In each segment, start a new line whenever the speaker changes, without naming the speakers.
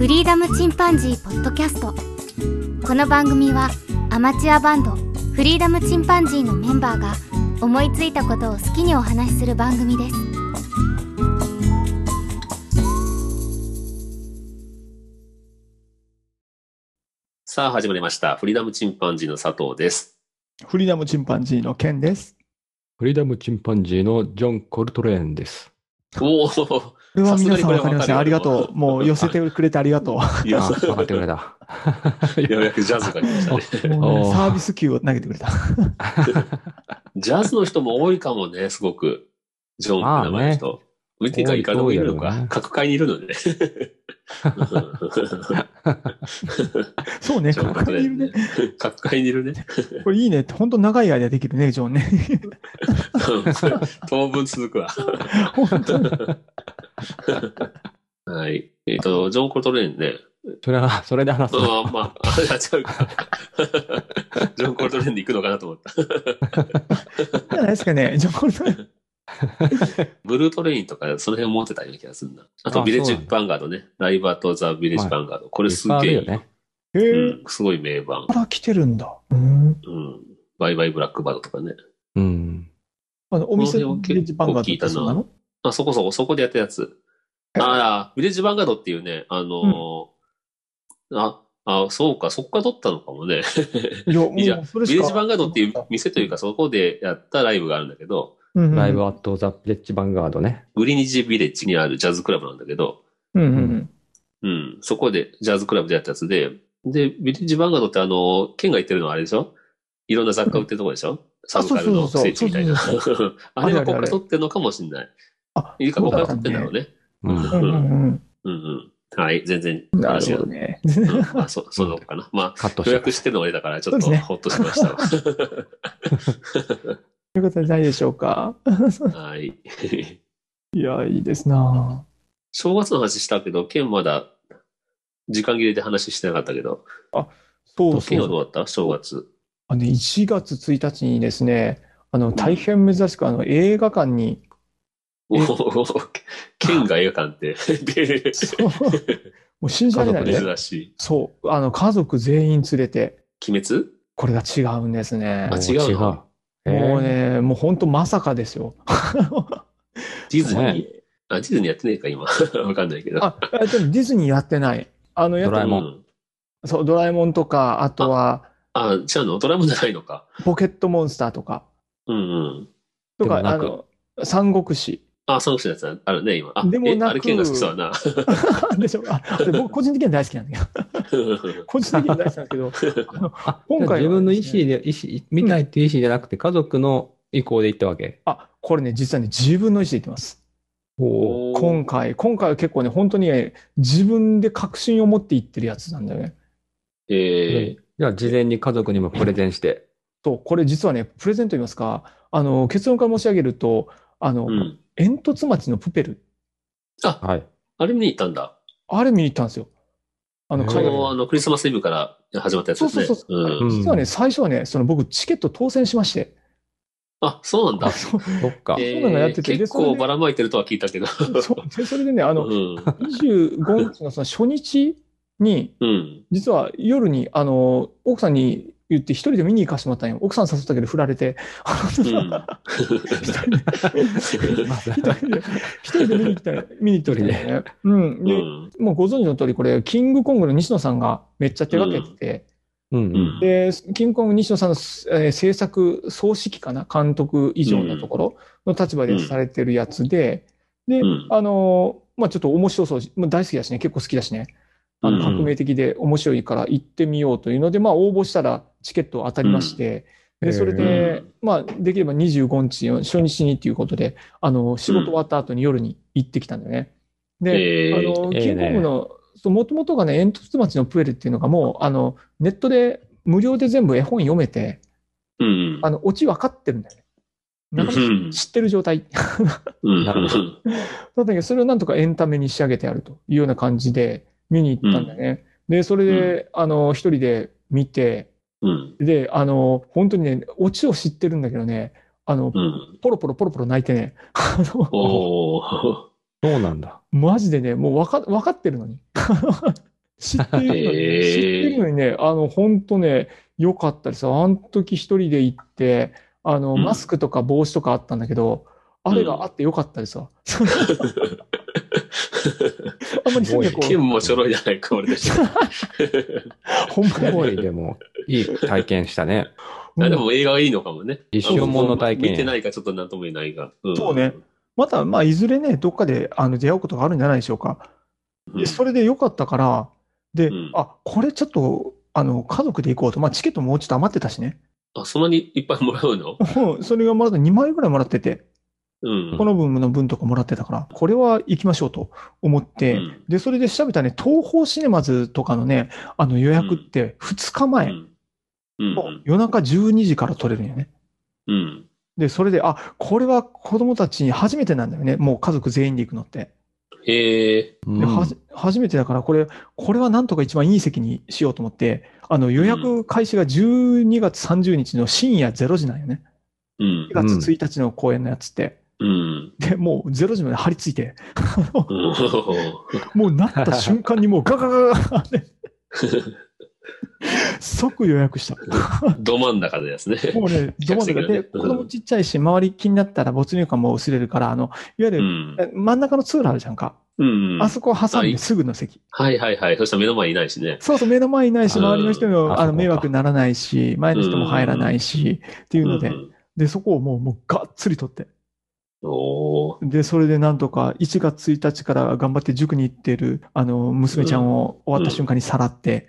パンジーポッドキャストこの番組はアマチュアバンドフリーダムチンパンジーのメンバーが思いついたことを好きにお話しする番組です
さあ始まりました。フリーダムチンパンジーの佐藤 です。
フリーダムチンパンジーのケンです。
フリーダムチンパンジーのジョン・コルトレーンです。
おお、
これは皆さんわかりました。
さす
あ
がにこれは
りが
わかるよ
とう。もう寄せてくれてありがとう。
い
あ、
や
分かってくれた。
ようやくジャズが来ましたね。
もうね
おー
サービス球を投げてくれた。
ジャズの人も多いかもね、すごく。ジョンって名前の人。見てか行かでもいるの
多いだろう
か。
ね
各界にいるの ね。
そう ね、
ジョン
ここにいるね。
各界にいるね。
これいいね。ほんと長い間できるね、ジョンね。
当分続くわ。
本当に。
はい。えっ、と、ジョン・コルトレーンね。
それは、それで話す。
ああ、 まあ、あ違うか。ジョン・コルトレーンで行くのかなと思った。
じゃないです かね。ジョンコルトレーン
ブルートレインとか、その辺持ってたような気がするな。あと、
あ
ビレッジ
そうなん
ヴァンガードね。ライバーとザ・ビレッジヴァンガード。これすげえい
い
い
っぱいあるよね。
へえ
うん、すごい名盤
か。ら来てるんだ。うん。
うん。バイバイ・ブラックバードとかね。
うん。
あの、お店
この
の
辺は
ビレ
結構
ッジバンガードってそうなの
あ、そこそこ、そこでやったやつ。ああ、ビレッジヴァンガードっていうね、あのーあ、あ、そうか、そこから撮ったのかもね。
いや、も
いや
う、それ
ビ
し
レッ
か
ジヴァンガードっていう店というか、そこでやったライブがあるんだけど、
うんうん
ライブアット・ザ・ビレッジ・ヴァンガードね。
グリニジビレッジにあるジャズクラブなんだけど、
うんうん
うん、そこでジャズクラブでやったやつで、で、ビレッジヴァンガードってあの、県が言ってるのはあれでしょいろんな雑貨売ってるとこでしょ、サブカルの聖地みたいな。
そう
あれはここから
あれあれあれ
撮ってるのかもしれない。
あ
いいか、ここから撮ってるんだろうね。
う
う。
んんうん
うんうん。はい、全然。
うん。なるほどね。
うんまあ、そ、そうなのかな。ま
カッ
あ、
ト
予
して。
約してるの俺だから、ちょ
そ
っ
うです
と
ね
ほっとしましたわ。
ということじゃないでしょうか。
はい。
いや、いいですな
正月の話したけど、県まだ、時間切れで話してなかったけど、
そう
県
そ
は
う。
どうだった正月。
あのね、1月1日にですね、あの大変珍しくあの映画館 に、
お
え
ー 県が映画館 って、
そうもう信じられない
家
ね
族。
珍しい。
そう、あの家族全員連れて、
鬼滅
これが違うんですね
あ。違うの
違う。
もう
え
ね、もう本当まさかですよ。
ディズニ
ね
ーあ、ディズニーやってねえか、今。 わかんないけど。
あ、あでもディズニーやってない。あの、やっ
ドラえもん
うん。
そう、ドラえもんとか、あとは
あ、違うのドラえもんじゃないのか。
ポケットモンスターとか、
うんうん。
とか、
でも
あ
なく
の、三国 志。
あ、サンクシのやつあるね、今。あ、
でも
え
なく
あれ県が好きそうだ な。
でしょああれ僕個人的には大好きなんだけど、個人的には大好きなんですけど、あの
あ
今回は
自分の意
です
思で、意思、見たいっていう意思じゃなくて、家族の意向で行ったわけ。
あ、これね、実はね、自分の意思で言ってます。
お
おー
今回、今回は結構ね、本当にね自分で確信を持っていってるやつなんだよね。
え
じゃあ、事前に家族にもプレゼンして。
と、これ実はね、プレゼント言いますか、あの、結論から申し上げると、あの、
ー、うん。
煙突町のプペル、
はい。
あれ見に行ったんだ。
あれ見に行ったんですよ。あの、
へー
こ
海外
の、あの、クリスマスイブから始まったやつ
そ
ですね。
うそうそう。あ
う
れ
ん
ん
実はね、最初はね、その僕、チケット当選しまして。
あ、そうなんだ。
そう
そっか。
え
そんなのやってて
ー
で
結
それで
構ばらまいてるとは聞いたけど。
そうでそれでね、あ
う
の、
ん。
25日のその初日に、
うん。
実は夜に、あの、奥さんに言って一人で見に行かしてもらったんよ。奥さん誘ったけど振られて、あの
うん。
一人で一人で、 一人で見に行ったら、見に行ったんだよね。うん。
う
で、
ん。
もうご存知の通り、これ、キングコングの西野さんがめっちゃ手掛けてて、
うんうん。
で、キングコング西野さんの、えー制作総指揮かな監督以上のところの立場でされてるやつで、で、
うん
あのーまあちょっと面白そうし、まあ、大好きだしね、結構好きだしね、あ
う
の
ん
革命的で面白いから行ってみようというので、まあ応募したらチケット当たりまして、
うん
で、それ
う
で
ん、
まあできれば25日の初日にっていうことで、あの、仕事終わった後に夜に行ってきたんだよね。で、
え
あ
ー
の、
ええ
キングコングの、もともとがね、煙突町のプエルっていうのがもう、あの、ネットで無料で全部絵本読めて、
うん。
あの、オチ分かってるんだよね。中身
うん
知ってる状態。
うん。
なるほ
なんだけど、それをなんとかエンタメに仕上げてやるというような感じで見に行ったんだよね。で、それで、あの、一人で見て、
うん。
で、あの、本当にね、オチを知ってるんだけどね、あの、
うん。
ポロポロポロポロ泣いてね、あの、
おー。
そうなんだ。
マジでね、もうわか、わかってるのに。 知っているのに、
へー
知ってるのにね、あの、本当ね、良かったりさ、あの時一人で行って、あの、
うん
マスクとか帽子とかあったんだけど、あれがあって良かったり さ。あんまりすぐ こ
金もちょろいじゃないか、俺た ち。
う、ほん
すご
ま
い、
に。
でも、いい体験したね。
あで
うん
も映画はいいのかもね。
一生もんの体験。
見てないかちょっとなんとも言えないが。うん
そうね。また、まあ、いずれね、どっかであの出会うことがあるんじゃないでしょうか。
うん
でそれで良かったから、で、
うん
あ、これちょっと、あの、家族で行こうと。まあ、チケットもうちょっと余ってたしね。
あ、そんなにいっぱいもらうの
うんそれがまだ2枚ぐらいもらってて、
うん。
この分の分とかもらってたから、これは行きましょうと思って、
うん
で、それで調べたね、東宝シネマズとかのね、あの予約って2日前、
うん。うん
もう夜中12時から取れるんよね。
うん。
で、それで、あ、これは子供たちに初めてなんだよね。もう家族全員で行くのって。
へえ。
ではじ初めてだから、これ、これはなんとか一番いい席にしようと思って、あの予約開始が12月30日の深夜0時なんよね。
うん
2。月1日の公演のやつって。
うん。
で、もう0時まで張り付いて、
うん
もうなった瞬間にもうガガガガガって、即予約した。
ど真ん中でですね。
もうね、ど真ん
客
中
席がねう
で、
ん
子供ちっちゃいし、周り気になったら没入感も薄れるから、あの、いわゆ
う
る、
ん。
真ん中の通路あるじゃんか。
うん
あ。そこ挟ん
はい
ですぐの席。
はいはいはい。そしたら目の前いないしね。
そうそう、目の前いないし、
うん
周りの人にも、あ
あそ
の
こか
迷惑にならないし、前の人も入らないし、っていうので、
うん
で、そこをもう、もうがっつり取って。
おー
で、それでなんとか、1月1日から頑張って塾に行ってる、あの、娘ちゃんを終わった瞬間にさらって、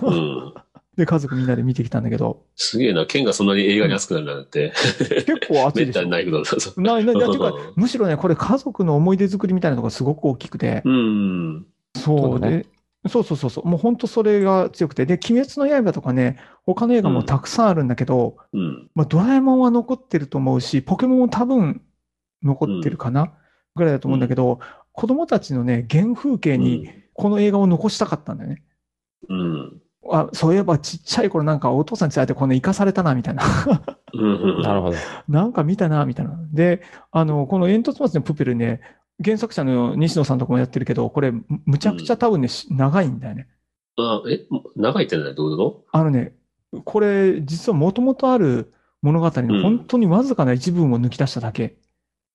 うん。
で、家族みんなで見てきたんだけど、
すげえな。剣がそんなに映画に熱くなるなんて。
結構熱
め
い
っ
でしたょ
に。ないことだぞ。
ない ない、いやて
う
か
ん
むしろね、これ家族の思い出作りみたいなのがすごく大きくて、
うん。
そ
そううだね
で、そうそうそうそう、もう本当それが強くて、で、鬼滅の刃とかね、他の映画もたくさんあるんだけど、
うん。
まあ、ドラえもんは残ってると思うし、ポケモンも多分残ってるかな、ぐらいだと思うんだけど、子供たちのね、原風景にこの映画を残したかったんだよね。
うん。
あそういえばちっちゃい頃なんかお父さんに伝えてこの生かされたな、みたいな。
うん。
なるほど。
なんか見たな、みたいな。で、あの、この煙突町のプペルね、原作者の西野さんとかもやってるけど、これ、むむちゃくちゃ多分ね、し長いんだよね。
あ、え、長いってのはどういうこ
あのね、これ、実はもともとある物語
うん
の本当にわずかな一部分を抜き出しただけ。
と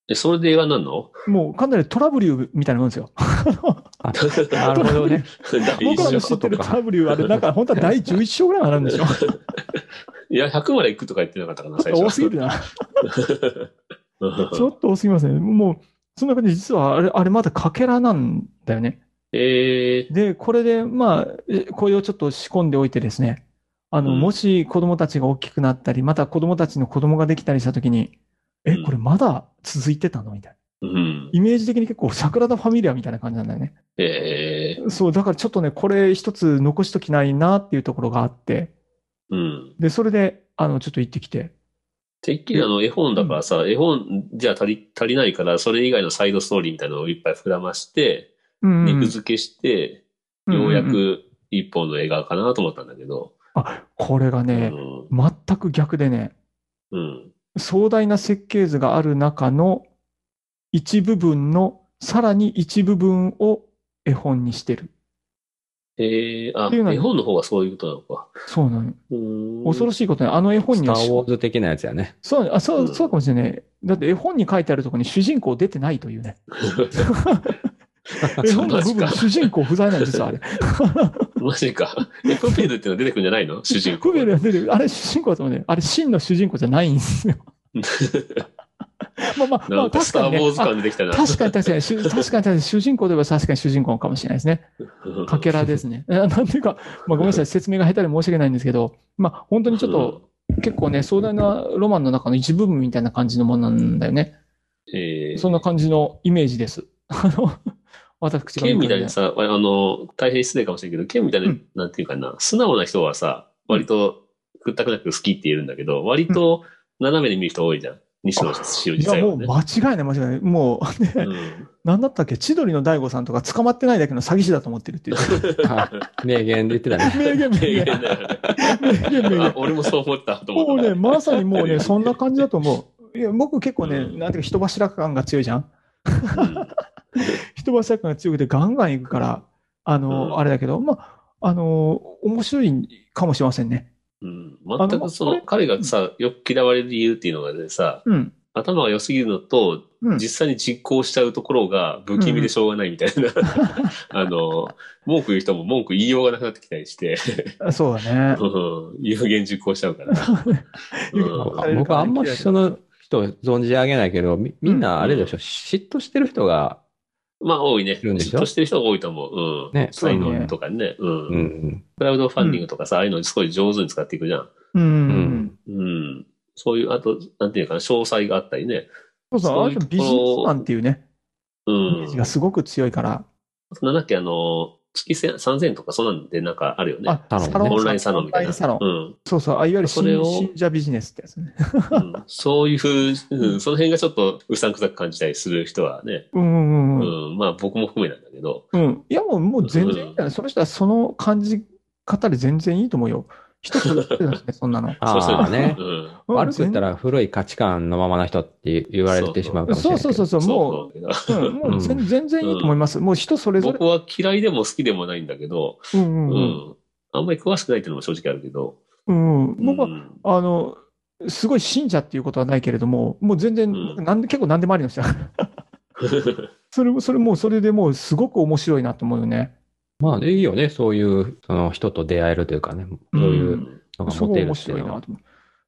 え、それで映画になるの
もうかなりトラブリューみたいなもんですよ。
なるほどね。
第
僕
一
らの
章
知ってる
とか
トラブリューあれ、なんか本当は第11章ぐらいまであるんで しょ
いや、100まで行くとか言ってなかったかな、最初。
多すぎるな。
うん
ちょっと多すぎますね。もう、そんな感じで実はあれ、あれまだかけらなんだよね。
え
で、これで、まあ、えこれをちょっと仕込んでおいてですね、あの、
うん
もし子供たちが大きくなったり、また子供たちの子供ができたりしたときに、え
うん、
これまだ続いてたのみたいな。
ー、うん。
イメージ的に結構桜田ファミリアみたいな感じなんだよね。
えー、
そう、だからちょっとね、これ一つ残しときないなっていうところがあって、
うん。
で、それで、あの、ちょっと行ってきて、
てっきりあの、絵本だからさ、絵本じゃ足り、足りないから、それ以外のサイドストーリーみたいなのをいっぱい膨らまして、
うんうん
肉付けして、ようや
んんん
く一本の映画かなと思ったんだけど。
これが
う
ね、
ん。
全く逆でね、
うん。
壮大な設計図がある中の一部分の、さらに一部分を絵本にしてる。
えー、あ、
っていうのは
絵本の方がそういうことなのか。
そうなの。
うーん。
恐ろしいことね。あの絵本
ス
に
タ
は
ー・ウォーズ的なやつやね。
そう、あ、そうう、
ん
そうかもしれない。だって絵本に書いてあるところに主人公出てないとい うね。 絵本の部分、主人公不在なんですよ、あれ。
マジか。え、プペルっての出てくるんじゃないの 主人公。
クベルが出てる。あれ主人公だと思うね。あれ真の主人公じゃないんで すよ。まあまあ、ま
なんか
あ確
スタ
か
ー・
に
ウ
ね。
ォーズ感出てきたな。
あ確かに確かに、主確かに確かに主人公では確かに主人公かもしれないですね。
うん
かけらですね。 えなんていうか、まあ、ごめんなさい、説明が下手で申し訳ないんですけど、まあ、本当にちょっと、結構ね、壮大なロマンの中の一部分みたいな感じのものなんだよね。
うん、えー
そんな感じのイメージです。 あの、私が見
剣
た
みたい
ね
にさ、あの、大変失礼かもしれんけど、剣みたいな、
うん
なんていうかな、素直な人はさ、割と、くったくなく好きって言えるんだけど、割と斜めに見る人多いじゃん。西野しお
い
自体
や、も
は
う
ね。
間違いない、間違いない。もう、ね、
うん
なんだったっけ、千鳥の大悟さんとか捕まってないだけの詐欺師だと思ってるっていう。
はい名言で言ってた ね。
名言、名
名言
言、
だよね
名言、名
あ
言。
俺もそう思ったと
も
思
う
っ
ね、
た。
まさに もうね、そんな感じだと思う。いや、僕結構ね、
うん
なんていうか人柱感が強いじゃん
うん
人柱感が強くてガンガン行くから、あの、
うん
あれだけど、まあ、あの、面白いかもしれませんね。
うん。全
あの
くそ
これ
の、彼がさ、よく嫌われる理由っていうのがね、さ、
うん。
頭が良すぎるのと、
うん。
実際に実行しちゃうところが不気味でしょうがないみたい な、あの、文句言う人も文句言いようがなくなってきたりして、
あそうだね。
うん有言実行しちゃう から。うん
有言実行
あ僕あんまりその人を存じ上げないけど、みみんなあれでしょ、嫉妬してる人が、
まあ多いね。
いるんでしょ
嫉妬してる人が多いと思う。うん。
ね
才能とかね。うん。
うん、
クラウドファンディングとかさ、ああいうのすごい上手に使っていくじゃん。
う
うんん。
うん。そういう、あと、なんていうかな、詳細があったりね。
そうそう、ああ
そう
い
いうう
ビジネスマンっていうね、
う
イメー
ん
ジ。がすごく強いから。
なんだっけ、あの、月千3000とかそんなんでなんかあるよね。
サロンね
オンラインサロンみたい
オンライ
な。
ンサロン
うん。
そうそう、あいわゆる
それ
信
を
信者ビジネスってやつね。
うん そういうふう、うん、その辺がちょっとうさんくさく感じたりする人はね、
うんうん
う
うん
ん、まあ僕も含めなんだけど、
うん。うん。いやもう、もう全然いいんじゃないその人はその感じ方で全然いいと思うよ。一つだけだしね、そんなの。
あ
そう
あ
する
ね
と。うん。
うん
悪く言ったら古い価値観のままの人って言われてしまうかもしれ
そ
な
う
いけ
そ
ど。
うそうそう、
そ
も
うなんだけ
う、
ど
うん、もう全全然いいと思います。もう人それぞれ
僕。は嫌いでも好きでもないんだけど、
うん
う
うん
ん。あんまり詳しくないっていうのも正直あるけど、
うん。うん。僕は
うん
あの、すごい信者っていうことはないけれども、もう全然、
うん
なんで結構何でもありの人だから それも、それもう、それでもうすごく面白いなと思うよね。
まあいいよね、そういうその人と出会えるというかね、そういうのが
す
持
ご
て
い
る
面
ってい
白いう
の
な
は。
と思う。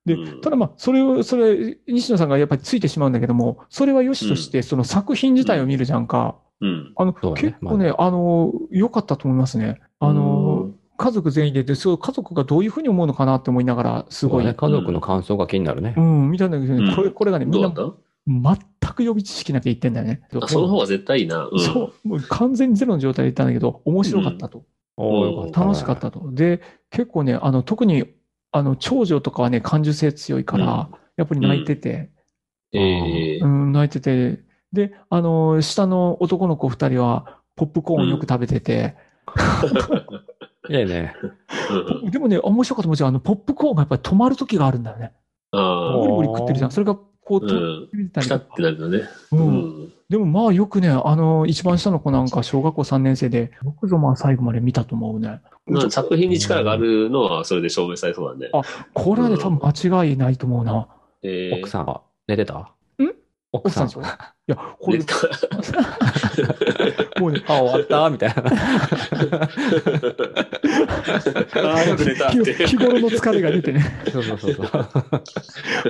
で
うん
ただまあ、それを、それ、西野さんがやっぱりついてしまうんだけども、それは良しとして、その作品自体を見るじゃんか。
うん。
あの、
そうだね
結構ね、あの、良かったと思いますね。あの、家族全員で、で、そう、家族がどういうふうに思うのかなって思いながら、すご
そう
い、
ね、家族の感想が気になるね
う。ん、見たんだけどね、
うん
これ、これがね、み
ど
ん
うだ
な
った
全く予備知識なきゃ言ってんだよね。
あその方が絶対いいな。うん。
そう、もう完全にゼロの状態で行ったんだけど、面白かったと。
おーよ
楽しかっ。たと。で、結構ね、あの、特に、あの、長女とかはね、感受性強いから、やっぱり泣いてて、
ええ
うん、泣いてて、で、あの、下の男の子二人は、ポップコーンをよく食べてて、
いいね。
うん
でもね、面白かったもちろん、あの、ポップコーンがやっぱり止まる時があるんだよね。
あ
ゴ
あ
リゴリ食ってるじゃん。それが、こう、
う
止
ん。
めてたり
ピタ
と
っ
か
てなるよね。
う。
うんん。
でもまあよくね、あの、一番下の子なんか小学校3年生で、よくぞまあ最後まで見たと思うね。
まあ作品に力があるのはそれで証明されそうだね。
これはね、多分間違いないと思うな。
ええ
奥さんは寝てた
ん
奥
奥。さ
さん
んでしょいや、これ
出、た
もうね、
あ、終わったみたいな。
ああ、よく出たっ
日
て。
日頃の疲れが出 てね、
そうそうそうそう。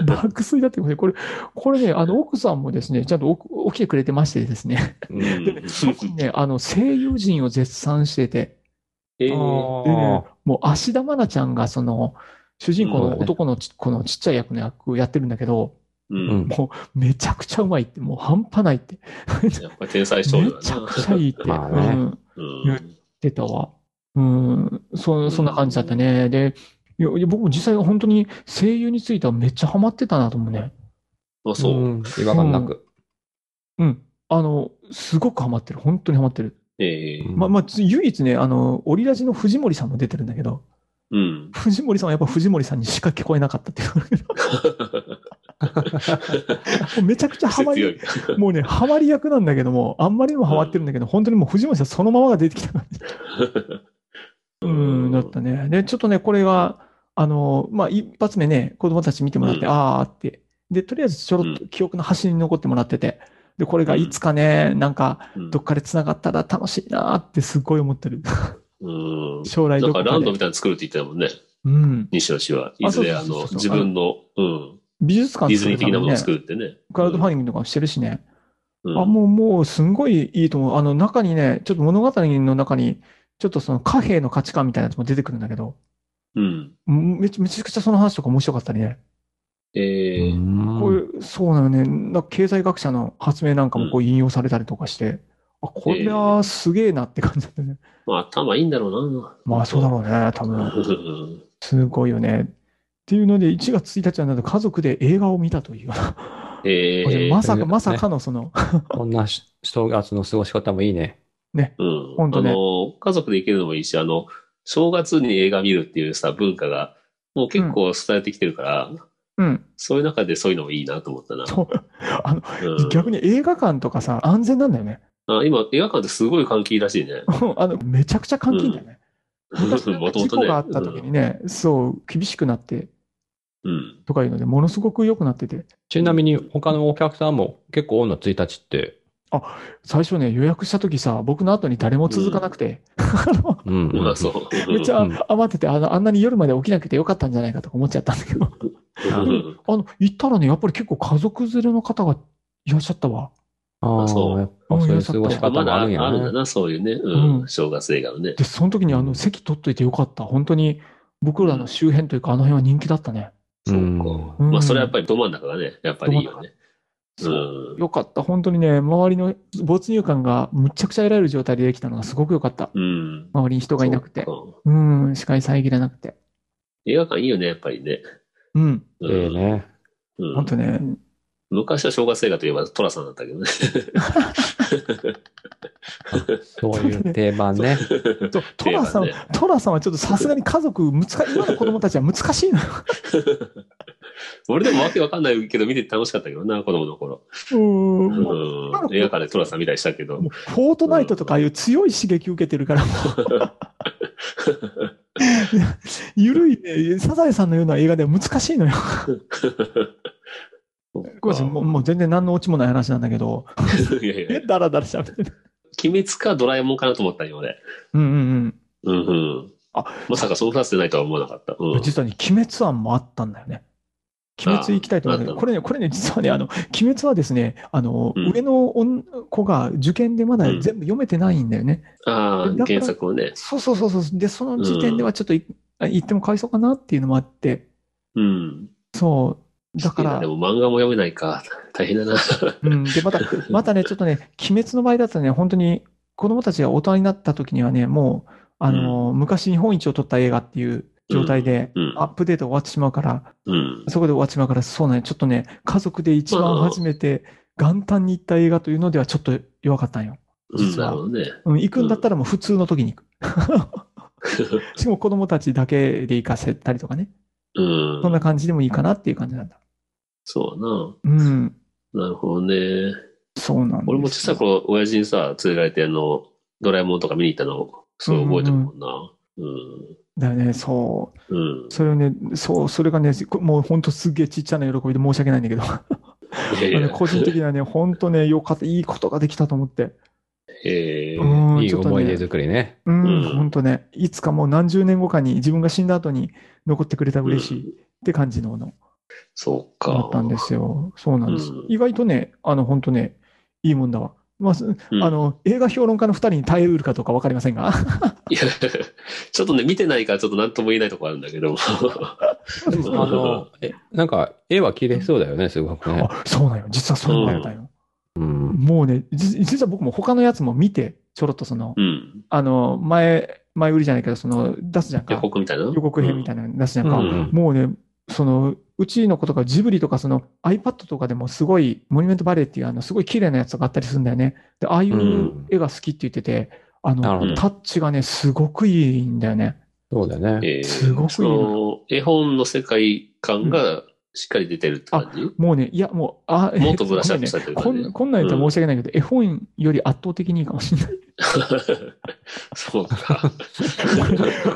爆睡だってことで、これ、これね、あの、奥さんもですね、ちゃんと起き起きてくれてましてですね、
う
うんん
特にね、あの、声優陣を絶賛してて、
ええ
でねもう、芦田愛菜ちゃんが、その、主人公の男のち、このちっちゃい役の役をやってるんだけど、
うん。
もう、めちゃくちゃうまいって、もう半端ないって。
やっぱり天才少
め
女だ
ちゃ
な。
くちゃいいって。
まあね
うん
うん。
出たわ。うん、そそんな感じだったね。で、いやいや僕も実際本当に声優についてはめっちゃハマってたなと思うね。
あ、そう。
ん。違和感なく。
うん。あの、すごくハマってる。本当にハマってる。
ええ
うん
ま、まあ、つ唯一ね、あの、オリラジの藤森さんも出てるんだけど、
うん。
藤森さんはやっぱ藤森さんにしか聞こえなかったっていうも う。めちゃくちゃハマ
強
り、
い。
もうね、ハマり役なんだけども、あんまりにもハマってるんだけど、本当にもう藤森さんそのままが出てきた感じうん、だったね。で、ちょっとね、これが、あの、まあ、一発目ね、子供たち見てもらって、
うん
あーって。で、とりあえずちょろっと記憶の端に残ってもらってて。で、これがいつかね、なんか、
うん
どっかで繋がったら楽しいなーってすごい思ってる。
うん。
将来
な
ど
ん
こ
かラ
か
ンド
で
み。たいなの作るって言ってたもんね。
うん。
西野氏は。いずれ、
あ
あ
そうそう
の、
そう
自
そう
分の、うん。
美術館
ディズニー
作る
的な
た
も
めに
のを
ね、
作るってね。
クラウドファンディングとかもしてるしね。
うん
あ、もう、もう、すんごいいいと思う。あの、中にね、ちょっと物語の中に、ちょっとその貨幣の価値観みたいなやつも出てくるんだけど、
うん。
めちめちゃくちゃその話とか面白かったりね。
ええ
こういう、そうなのね。なんか経済学者の発明なんかもこう引用されたりとかして、あ、これはすげえなって感じだったね。
まあ頭いいんだろうな。
まあそうだろうね、多分。
うん。
すごいよね。っていうので、1月1日はなんと家族で映画を見たという。
ええ
まさ
それ
か、
ね
まさかのその、
こんなし正月の過ごし方もいいね。
うん。
ほんとね
あの、家族で行けるのもいいし、あの、正月に映画見るっていうさ、文化が、もう結構伝えてきてるから、
うん。
そういう中でそういうのもいいなと思ったな。
そう。あの、
うん
逆に映画館とかさ、安全なんだよね。
あ今、映画館ってすごい換気いいらしいね。
あの、めちゃくちゃ監禁だよね。
もとも
事
と
故
ね。
があった時にね、そう、厳しくなって
うん。
とかいうので、ものすごく良くなってて、
ちなみに他のお客さんも結構多いの1日って。
最初ね、予約した時さ、僕の後に誰も続かなくて、
うん。
うん。まあそう。
めっちゃ余ってて、あの、あんなに夜まで起きなくてよかったんじゃないかとか思っちゃったんだけど、
うん
あの、行ったらね、やっぱり結構家族連れの方がいらっしゃったわ。
ああ、
そ
そうう。やっぱそういう過ごし方
ま
も
だ
あ
あ
るん
るん
や
だ
ね。
な、そういうね。う
うん
ん。正月映画のね。
で、その時にあの、席取っといてよかった。本当に、僕らの周辺というか、あの辺は人気だったね。
そうか。
うん
まあそれはやっぱりど真ん中がね、やっぱりいいよね。う
そ
ん。
よかった。本当にね、周りの没入感がむちゃくちゃ得られる状態でできたのがすごくよかった。
うん。
周りに人がいなくて。
そうか
うん、視界遮れなくて。
映画館いいよね、やっぱりね。
うん、
うん
ええね。
うん
本当ね。
昔は正月映画といえば寅さんだったけどね。
そういう定 番ね。
そうトラさん
定、番
トラさんはちょっとさすがに家族、難か今の子供たちは難しいのよ。
俺でもわけわかんないけど見てて楽しかったけどな、子供の頃。
うん。
う。
もうん
映画館で寅さん見たりしたけど
フ。ォートナイトとかああいう強い刺激受けてる から、もう。ゆるいね、サザエさんのような映画では難しいのよ。ごめんなさいもうもう全然何のオチもない話なんだけど、
いやいや
え、だらだら喋ってる。
鬼滅かドラえもんかなと思ったよ、俺。
うんうん
うんうん。
あ
まさかその二つでないとは思わなかった。う
うん。
ん。
実はね、鬼滅案もあったんだよね。鬼滅行きたいと思うんだけ
あ
ど、
あ
これね、これね、実はね、あの、鬼滅はですね、あの、
うん
上の女子が受験でまだ
うん
全部読めてないんだよね。
ああ、
だから
原作をね。
そうそうそうそう。で、その時点ではちょっとい、あ言ってもかわいそうかなっていうのもあって、
うん。
そう。だか
いや
ら
で、も漫画も読めないか。大変だな。
うん。で、また、またね、ちょっとね、鬼滅の場合だったらね、本当に子供たちが大人になった時にはね、もう、あの、昔日本一を取った映画っていう状態で、
うん。
アップデート終わってしまうから、
うん。
そこで終わってしまうから、そうね、ちょっとね、家族で一番初めて元旦に行った映画というのではちょっと弱かったんよ。
うん、
実
な
は
るほどね。
うん、行くんだったらもう普通の時に行く。しかも子供たちだけで行かせたりとかね。
うん
そん。な感じでもいいかなっていう感じなんだ。
そう
うん。
な。なるほどね。
そうなんです。
俺も小さい頃、親父にさ、連れられて、あの、ドラえもんとか見に行ったのを、すごい覚えてるもんな。うん。
だよね、そう。
うん。
それをね、そう、それがね、こもう本当すげえちっちゃな喜びで申し訳ないんだけど、あ
いやい
の
や
個人的にはね、本当ね、よかった、いいことができたと思って。
へ え。
うん、
いい
ちょっと
思い出
ね、
作りね。
う
うん
ん、本当ね、いつかもう何十年後かに自分が死んだ後に残ってくれたら嬉しいって感じのもの
そう
だ
か
っ。たんですよ。そうなんです
うん。
意外とね、あの、本当ね、いいもんだわ。まあ、す
うん
あの、映画評論家の二人に耐えうるかどうかわかりませんが。
いや、 ちょっとね、見てないからちょっと何とも言え ないとこあるんだけど。
あ
ん
の、え、なんか、絵は綺麗そうだよね、すごくね。
あ、そうなんよ。実はそうなんだよ。
うん。
もうね、じ実は僕も他のやつも見て、ちょろっとその、
うん。
あの、前、前売りじゃないけど、その、出すじゃん
予
か。
告みたいな
予告編みたい
い
なの出すじゃん
な
か。
うん。
もうね、その、うちの子とかジブリとか、その iPad とかでもすごい、モニュメントバレーっていう、あの、すごい綺麗なやつとかあったりするんだよね。で、ああいうん絵が好きって言ってて、あ
なるほ
の、
ど
タッチがね、すごくいいんだよね。
そうだよね。
えー
すごくいいな
その、絵本の世界観がしっかり出てるって感じ、
もうね、いや、もう、あ、
もっとブラッシュアップされてる
こ
感
ん
じ、
なこんなん言ったら申し訳ないけど、絵本より圧倒的にいいかもしれない。
そうか。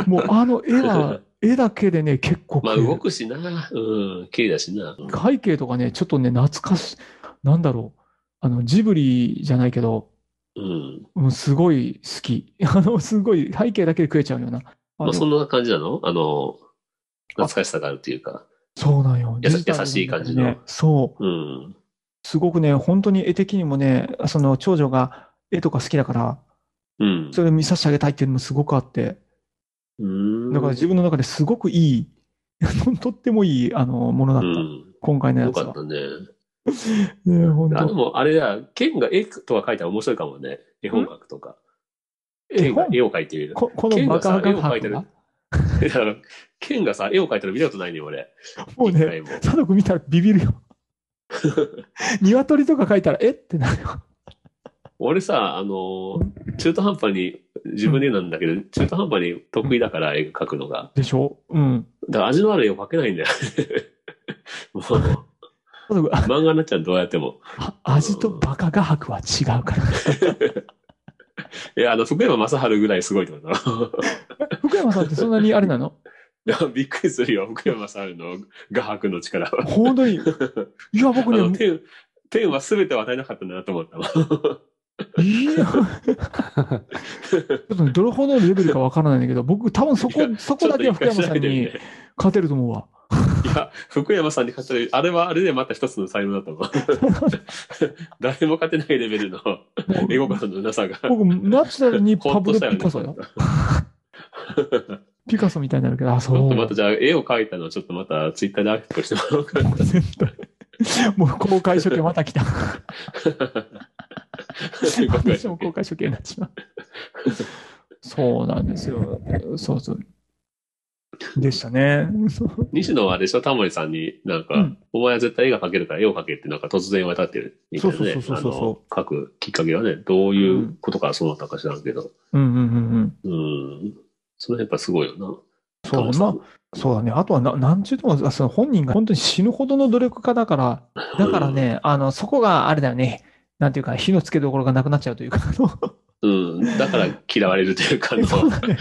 もう、あの絵は、絵だけでね、結構
まあ
綺麗
動くしな。うん。綺麗だしな。
背景とかね、ちょっとね、懐かし、なんだろう。あの、ジブリじゃないけど、
うん。
うん、すごい好き。 あの、すごい背景だけで食えちゃうような。あ
ま
の
あそんな感じなのあの、懐かしさがあるっていうか。
そうなんよ。
やさ
デジタルなんだけ
優し
どね
い感じの
そう。
うん。
すごくね、本当に絵的にもね、その長女が絵とか好きだから、
うん。
それを見させてあげたいっていうのもすごくあって、
うん
だから自分の中ですごくい い、とってもいい、あの、ものだ
う
った。
ん。
今回のや
よ
つ
かっ
は。
たね。
ね、本
あ、で
当
もあれだ、剣が絵とか描いたら面白いかもね。絵本学とか。
絵
剣が
本
絵を描いてみる。
ここの
剣
バ
が
カ
さ
画
絵を描いて
伯
る
が、
いや剣がさ、絵を描いてるの見たことないね、俺。
もう
一
ね、
回も
佐藤君見たらビビる よ。鶏とか書いたら、えってなるよ。
俺さ、あのー、中途半端に、自分で言うなんだけど、中途半端に得意だから、絵描くのが。
でしょうん。
だから味のある絵を描けないんだよ。 もう、
佐藤君あ
漫画になっちゃうどうやっても。
あ味とバカ画伯は違 うから。
いや、あの、福山雅治ぐらいすごいってことだろ。
福福山さんってそんなにあれなの
いや、びっくりするよ、福山さんの画伯の力は。
本 当に。いや、
あ
僕
の、
ね、
天、天は全てを与えなかったんだなと思ったわ。
いや、ちょっとね、どれほどのレベルかわからないんだけど、僕多分そこ
い、
そこだけは福山さん
い
に勝てると思うわ。
いや、福山さんに勝てる、あれはあれでまた一つの才能だと思う。 誰も勝てないレベル の絵心のなさが。
僕、ナチュラル に
ほ
パ
っと
ブロ・
したよね。
ピカ
ち
ソ
ょ
よ
っ。
ピカソみたいになるけど、あ、そう。
とまたじゃあ、絵を描いたのをちょっとまたツイッターでアップしてもらおう かな。
絶対 もう 公開処刑また来た。 私も公開処刑になっちまう。そうなんですよ。そうそう。でしたね。 そう
西野はあれでしょタモリさんになんか、
うん
お前は絶対絵が描けるから絵を描けってなんか突然言われたっていうみたいなね。
そうそうそうそうそうそう
あの描くきっかけはね、どういうことからそうなったか知らんけど。
うんうんうんうん。
うん。その辺やっぱすごいよな。
そう
タモ
だ
さ
な。
ん
そうだね。あとはな、なんちゅうとも、あその本人が本当に死ぬほどの努力家だから、だからね、あの、そこがあれだよね。なんていうか、火のつけどころがなくなっちゃうというか、あ の
うん。だから嫌われると いうか、あの、
そうだね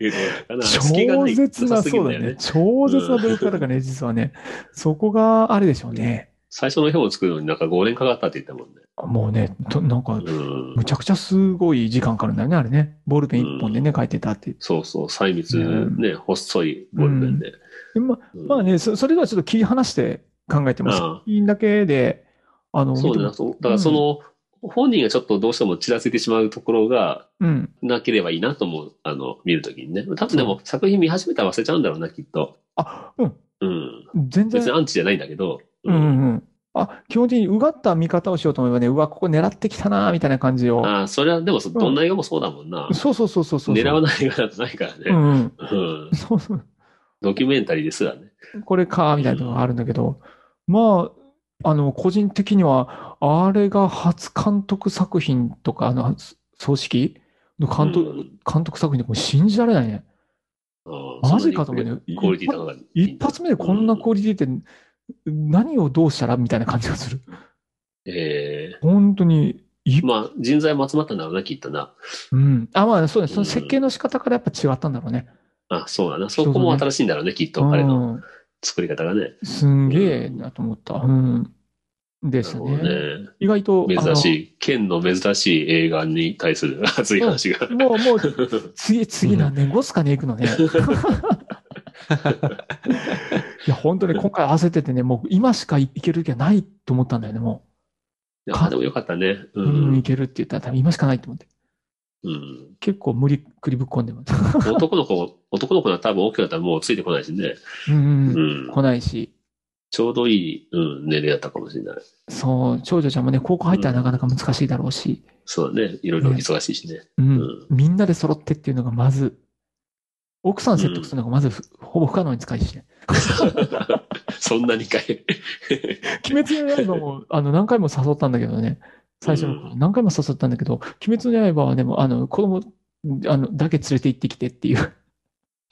いうところかな隙が
超
ない
絶な、
さすぎる
そうんだ
だよ
よ
ね
ね。。超絶な努力家だからね、実はね。そこがあれでしょうね。
最初の表を作るのになんか5年かかったって言ったもんね。
もうね、となんか、
うん
む。ちゃくちゃすごい時間かかるんだよね、あれね。ボールペン一本でね、書いてたって。
そうそう、細密、
うん
ね、細いボールペンで。
でま
うん
まあねそ、それではちょっと切り離して考えてます。
ああ
いいだけで、あの、
そう
見
ね
て
だ
も
から。だからその、本人がちょっとどうしてもちらついてしまうところが
うん。
なければいいなと思う。あの、見るときにね。多分でも作品見始めたら忘れちゃうんだろうな、きっと。
あ、うん。
うん。
全
別に
然、
アンチじゃないんだけど。
うんうんうん。あ、基本的にうがった見方をしようと思えばね、うわ、ここ狙ってきたな、みたいな感じを。
ああ、それはでもそ、
ん
どんな映画もそうだもんな。
そうそうそうそうそう。
狙わ
な
ない映画なんてないから
う
ね。
ん、うん。
うん。
そうそう。
ドキュメンタリーですらね。
これか、みたいなのがあるんだけど、まあ、あの、個人的には、あれが初監督作品とか、あの、葬式の監督、
うん
監督作品でもう信じられないね。
うん
マジかと思う
そんな
ね
にクオリティ高かった。
一発目でこんなクオリティって、何をどうしたらみたいな感じがする。
え
本当に、い
えまあ、人材も集まったんだろうな、きっとな。
うん。あ、まあ、そうね。その設計の仕方からやっぱ違ったんだろうね。
あ、そうだな。そこも新しいんだろうね、きっと。あれの
うん。
作り方がね。
すんげえなと思った。うん。でし
な
た
るほ
ね。
どね。
意外と、あの
珍しい、県の珍しい映画に対す る熱い話が。
もう、もう、 次、次何年後っすかね、行くのね。 いや、本当に今回焦っててね、もう今しか行ける気がないと思ったんだよね、も
あでもよかったね。う
う。うん、行
ん。
けるって言ったら多分今しかないと思って。
うん、
結構無理っくりぶっこんでも。
男の子、男の子は多分大きくなったらもうついてこないしね。
う、
うんん。
来ないし。
ちょうどいい、うん、年齢だったかもしれない。
そう、長女ちゃんもね、高校入ったらなかなか難しいだろうし。
そうだね。いろいろ忙しいしね。
うん。
うん
みんなで揃ってっていうのがまず、奥さん説得するのがまずふ、ほぼ不可能に近いしね。
そんなにかい。
鬼滅の刃 も、あの、何回も誘ったんだけどね。最初の頃、
うん
何回も誘ったんだけど、鬼滅の刃はね、もうあの、子供、あの、だけ連れて行ってきてっていう。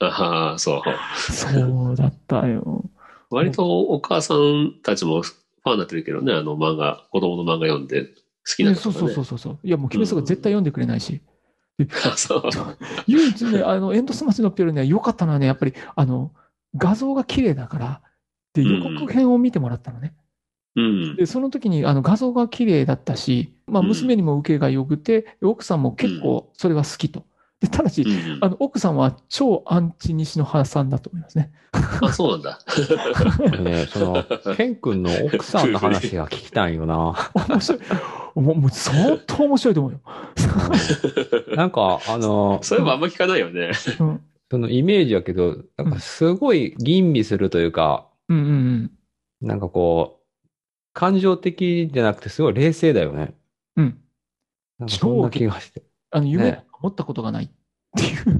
ああ、そう。
そうだったよ。
割とお母さんたちもファンになってるけどね、あの漫画、子供の漫画読んで好きな
ね
んだか
そう
らね。
そうそうそうそう。いや、もう鬼滅が絶対読んでくれないし。
あ そう。
唯一ね、あの、エンドスマッチのピョルね、良かったのはね、やっぱり、あの、画像が綺麗だから、で、予告編を見てもらったのね。
うん。
で、その時に、あの、画像が綺麗だったし、まあ、
うん
娘にも受けが良くて、奥さんも結構、それは好きと。で、ただし
う、ん
あの、奥さんは超アンチ西野派さんだと思います ね。
あ、そうなんだ。
ね、その、ケン君の奥さんの話が聞きたい よな。
面白い。もう、もう相当面白いと思うよ。
うんなんか、あの、
そういえばあんま聞かないよ ね。
うん
そのイメージやけど、なんかすごい吟味するというか、
うんうんうん。
なんかこう、感情的じゃなくてすごい冷静だよね。
うん。
なんかそんな気がして。
あの、夢、
ね
持ったことがないってい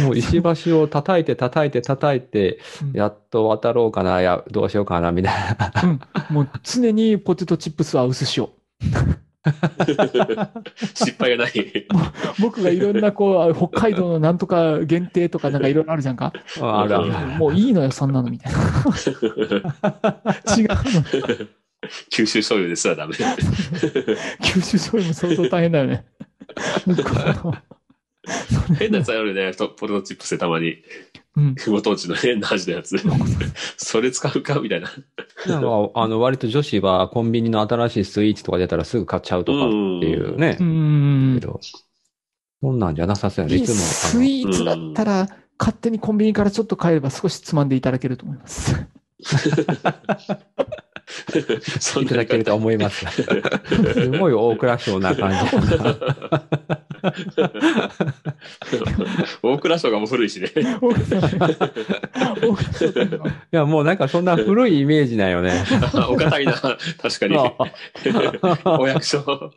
う。
もう石橋を叩いて叩いて叩いて、
うん
やっと渡ろうかな、いや、どうしようかな、みたいな。
うん。もう常にポテトチップスは薄塩。
失敗がない。
僕がいろんな、こう、北海道のなんとか限定とかなんかいろいろあるじゃんか。
あるあるある。
もういいのよ、そんなのみ たいな。違うの。
九州醤油ですら ダメ。
九州醤油も相当大変だよね。
変なやつあるよね、とポテトチップスでたまに。
うん。
ご当地の変な味のや つ。それ使うかみたいな。
なんか、あの、割と女子はコンビニの新しいスイーツとか出たらすぐ買っちゃうとかっていうね
う。ん
け。ど、そんなんじゃなさそうやね。いつも、あ
ス
の
イーツだったら、勝手にコンビニからちょっと買えば少しつまんでいただけると思います。
そん
い
な
ただけると思います。 すごい大倉省な 感じ。
大倉省がもう古いし ね。
大倉さん大倉さんというのはい
や、もうなんかそんな古いイメージなんよね。
お堅いな、確かに。 お役所。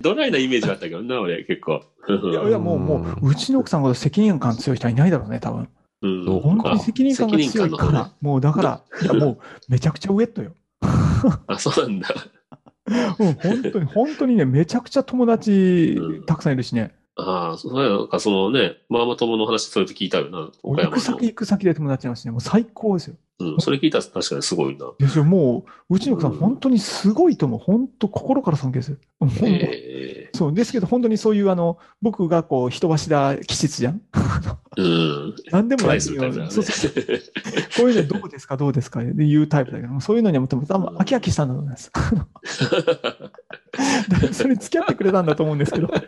ドライなイメージはあったけどな、俺、結構。
いや、いやもう、もう、うちの奥さんほど責任感強い人はいないだろうね、多分。
うん
そう
本当に責任感が強い
責任
か
感の
ら
方。
もうだから、いやもう、めちゃくちゃウェットよ。
あ、そうなんだ。
うん、本 当に、本当にね、めちゃくちゃ友達
うん
たくさんいるしね。
ああ、そうや、なんかそのね、ママ友の話、それと聞いたよな、
行
岡山
く
の
先。行く先で友達なんしね、もう最高ですよ。
うん、それ聞いたら確かにすごいな。
ですよ、もう、うちの奥さん、
うん
本当にすごいと思う。本当、心から尊敬する。もう
ええ
そう、ですけど、本当にそういう、あの、僕がこう、人柱気質じゃん
うん。
何で
ト
も
ラ
ない
イ
け
す
ど
るタイプだね。
そうそうこういうのどうですか、どうですか、っていうタイプだけど、そういうのにはもう多分、多分飽き飽きしたんだと思 います。だからそれ付き合ってくれたんだと思うんですけど、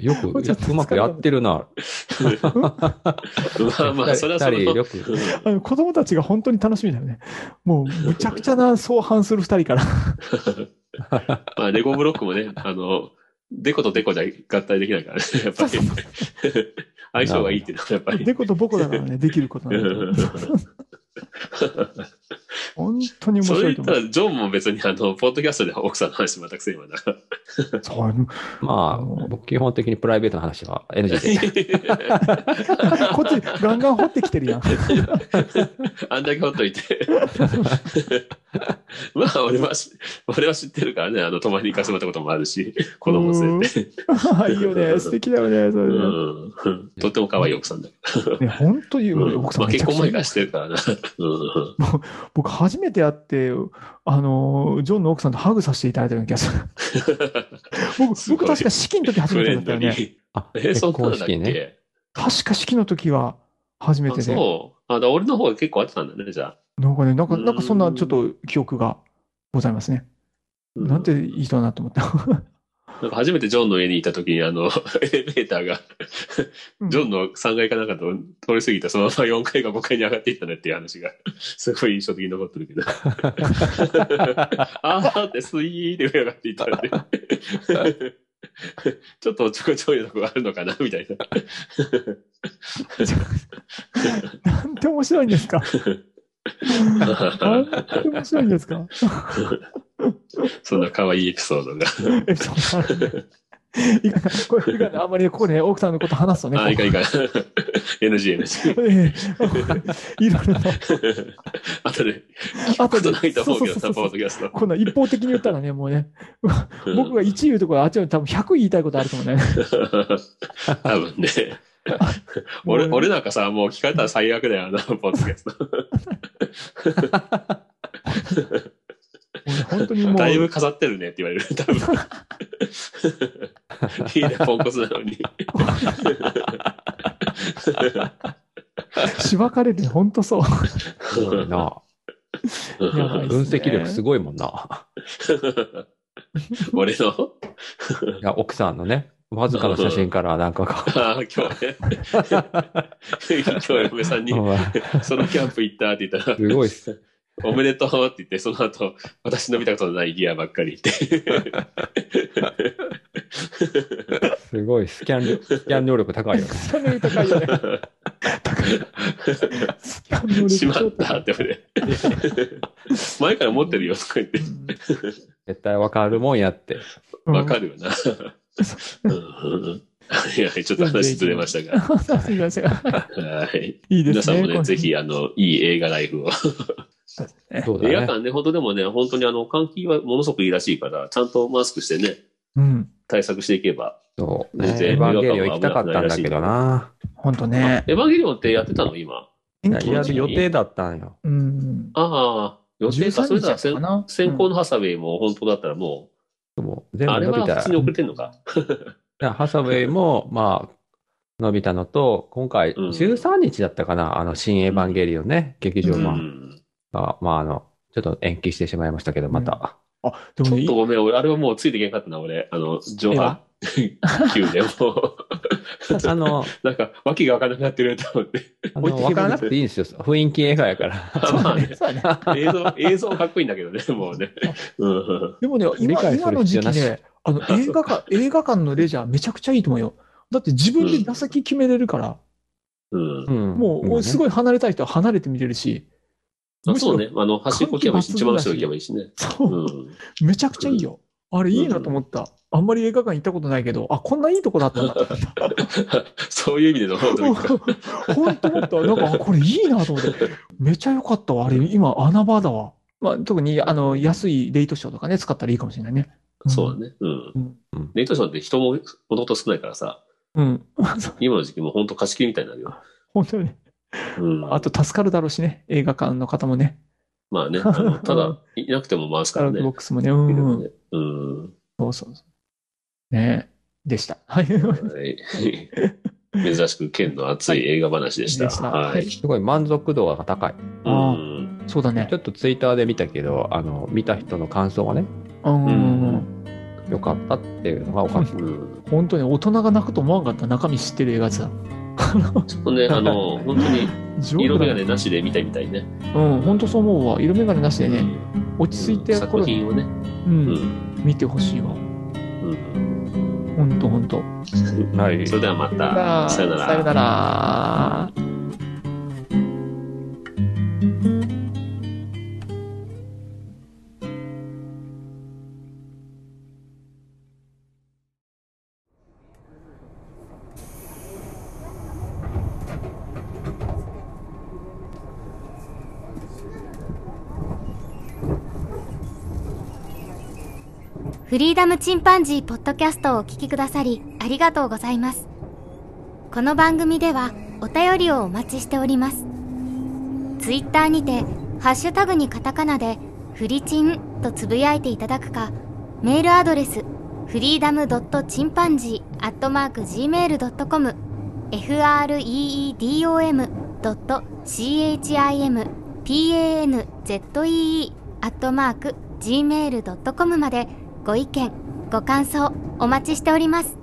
よく、うまくやってるな。
まあまあ、それはそ
二人
の
よく。
あの子供たちが本当に楽しみだよね。もう、むちゃくちゃな相反する二人から。
まあ、レゴブロックもね、あの、デコとデコじゃ合体できないからね、やっぱり。相性がいいっていうのはやっぱり。
でことぼこだからね、できることなんだけど本当に面
そ
白
れ
いと
言った
思う。
ら、ジョンも別に、あの、ポッドキャストで奥さんの話全くせんわな。
そう
まあ、僕基本的にプライベートの話は NG で。
こっちガンガン掘ってきてる やん。
あんだけほっといて。 まあ、俺はし、俺は知ってるからね、あの、泊まりに行かせてもらったこともあるし、子供連れて。
いいよね、素敵だよね、そうれね。
ん。とっても可愛い奥さんだけ
ね、本当に
ど。うん
奥さ
ま
ん
あ、
めち
結
ゃく
婚
ちゃ
前
いい
からしてるからな。うん。
僕初めて会って、あの、ジョンの奥さんとハグさせていただいたような気が する。僕、
すごい
僕確か式の時初
フ
めて
レ
だっ
ン
た
ド
よね。
に。
あ
え、そんなんだっけ、。
確か式の時は初め
あ
てで。
そう。あ、だから俺の方が結構合ってたんだね、じゃあ。
なんかね、なんか、
うん
なんかそんなちょっと記憶がございますね。
うん
なんていい人だな と思った。
なんか初めてジョンの家にいた時に、あ の、エレベーターが、ジョンの3階かなんかと通り過ぎた、そのまま4階か5階に上がっていったねっていう話が、すごい印象的に残ってるけ ど。あーって、スイーって上上がっていったんで。ちょっとおっちょこちょいなとこがあるのかなみたいな。
なんて面白いんですか。なんて面白いんです か。
そんな可愛いエピソードが。
エピソードあるね。いかんこれいかんねあんまりここで、ね、奥さんのこと話すとね、こ
あー、
う
いかんいかん。NG、NG。
ええ、いろいろと、
あとで、聞くことないと思うけど
そ
さ、
うそ
ポ
うそうそう
ートキャスト。
こんな一方的に言ったらね、もうね、僕が1言うところ、あっちの多分100言いたいことあると 思うね。
多分ね。 俺、俺なんかさ、もう聞かれたら最悪だよな、ポッドキャスト。
もうね本当にもう、
だいぶ飾ってるねって言われる、多分。いいね、ポンコツなのに。
しばかれて、本当そう。
すごいな。
やばいっすね
分析力すごいもんな。
俺の
いや、奥さんのね、わずかな写真からなんかこ
ああ、今日ね。今日嫁さんに、
う、
そのキャンプ行ったって言ったら、
すごいっす。
おめでとうって言って、その後、私の見たことのないギアばっかり言って。
すごい、スキャン力、スキャン能力高いよね。
スキャン能力高いよね。高い。スキャン能力
しま
超
っ
高い
たって 俺。前から持ってるよとか言って。
絶対わかるもんやって。
うん
わかるよな。うんうんいや、ちょっと話ずれましたが。
うんすいません
はい。
いいで
皆
す
さ
ね。
んもね、ぜひ、
あ
あの、いい映画ライフを。
そうだ
映画
ね。
館ね、本当でもね、本当にあの、換気はものすごくいいらしいから、ちゃんとマスクしてね、
うん。
対策していけば。
そう。
全
ね、
然
エヴァンゲリオン行きたかったんだけどな。
本当ね。
エヴァンゲリオンってやってたの今。
い
延
や
期
やる予定だったんよ。
うん。
ああ、予定か、
13
それなら
日だったか
先
な
先行のハサウェイも本当だったらも
クも全
あ
部
れ
のび
は
太
普通に送ってんのか。
いやハサウェイも、まあ、のび太のと、今回、
うん
13日だったかな、あの、新エヴァンゲリオンね、劇場
う
版
ん
が、まあ、あの、ちょっと延期してしまいましたけど、また。
あ、で
ち
も
ょ
ね
っと、ごめん、俺、あれはもうついていけんかったな、俺。あの、上半 球でもう、
あの、
なんか、わけがわからなくなってると思って。
あ
置いてけぼ
の、わ
り
からなくていいんですよ。雰囲気映画やから。
まあね、
そうだね。
映像、映像かっこいいんだけど ね、もうね。うん
でもね、
理
今
解す
今
る
の
必
時
要
期
なし
ね、あの映画館、映画館のレジャーめちゃくちゃいいと思うよ。だって自分で打席決めれるから、
うん。
ん
もうす
い。
ごい離れたい人は離れて見れるし、
あ
むしろ
そうね。あの、端っこ行けばいいし、一番後ろ行けばいいしね。
そうう、
ん。
めちゃくちゃいいよ。あれいいなと思った。あんまり映画館行ったことないけど、あ、こんないいとこだったんだと思った。
そういう意味での、
もう 本当思った。なんか、あこれいいなと思って。めちゃ良かったわ。あれ、今、穴場だわ。まあ、特に、あの、安いレイトショーとかね、使ったらいいかもしれないね。
そうだね。うん。ネットショーって人ももともと少ないからさ、
うん。うん。
今の時期も本当貸し切りみたいになるよ。
本当に。
うん。
あと、助かるだろうしね。映画館の方もね。
まあね、あのただ、いなくても回す
カ
から
ラオケ
ね
ボッ。クスもね。うん。
ねうん。
そうそうそう。ねでした。 は い。
はい。珍しく、剣の熱い映画話でした。
でした
はい。
すごい満足度が高い。
うん。
そうだね
ちょ。っとツイッターで見たけど、あの、見た人の感想がね、
うん
う
良かったっていうのが多かった。
うん
本当に大人が泣くと思わんかった中身知ってる映画さ。
ちょっとね、あの、本当に、色眼鏡なしで見たみたいね。
うん、本当そう思うわ。色眼鏡なしでね、落ち着いてる
作
頃に、
品をね。
う、
うんん。
見てほしいわ。
うん。
本当本当。
はい
それではまた。さよな
さ
ら
よ。なら。
フリーダムチンパンジーポッドキャストをお聞きくださりありがとうございます。この番組ではお便りをお待ちしております。ツイッターにて、ハッシュタグにカタカナで、フリチンとつぶやいていただくか、メールアドレス、フリーダムドットチンパンジーアットマーク Gmail.com、freedom ドット chimpanzee アットマーク Gmail.com までご意見、ご感想お待ちしております。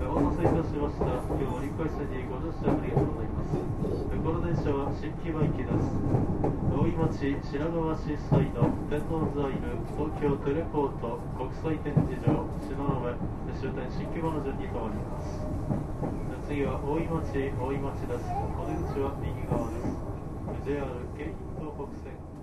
お待たせいたしました。今日折り返しにご乗車ありがとうございます。この電車は新木場行きです。大井町白川市サイド、天王座いる東京テレポート国際展示場、篠上、終点新木場の順に変わります。次は大井町、大井町です。お出口は右側です。JR 京浜東北線。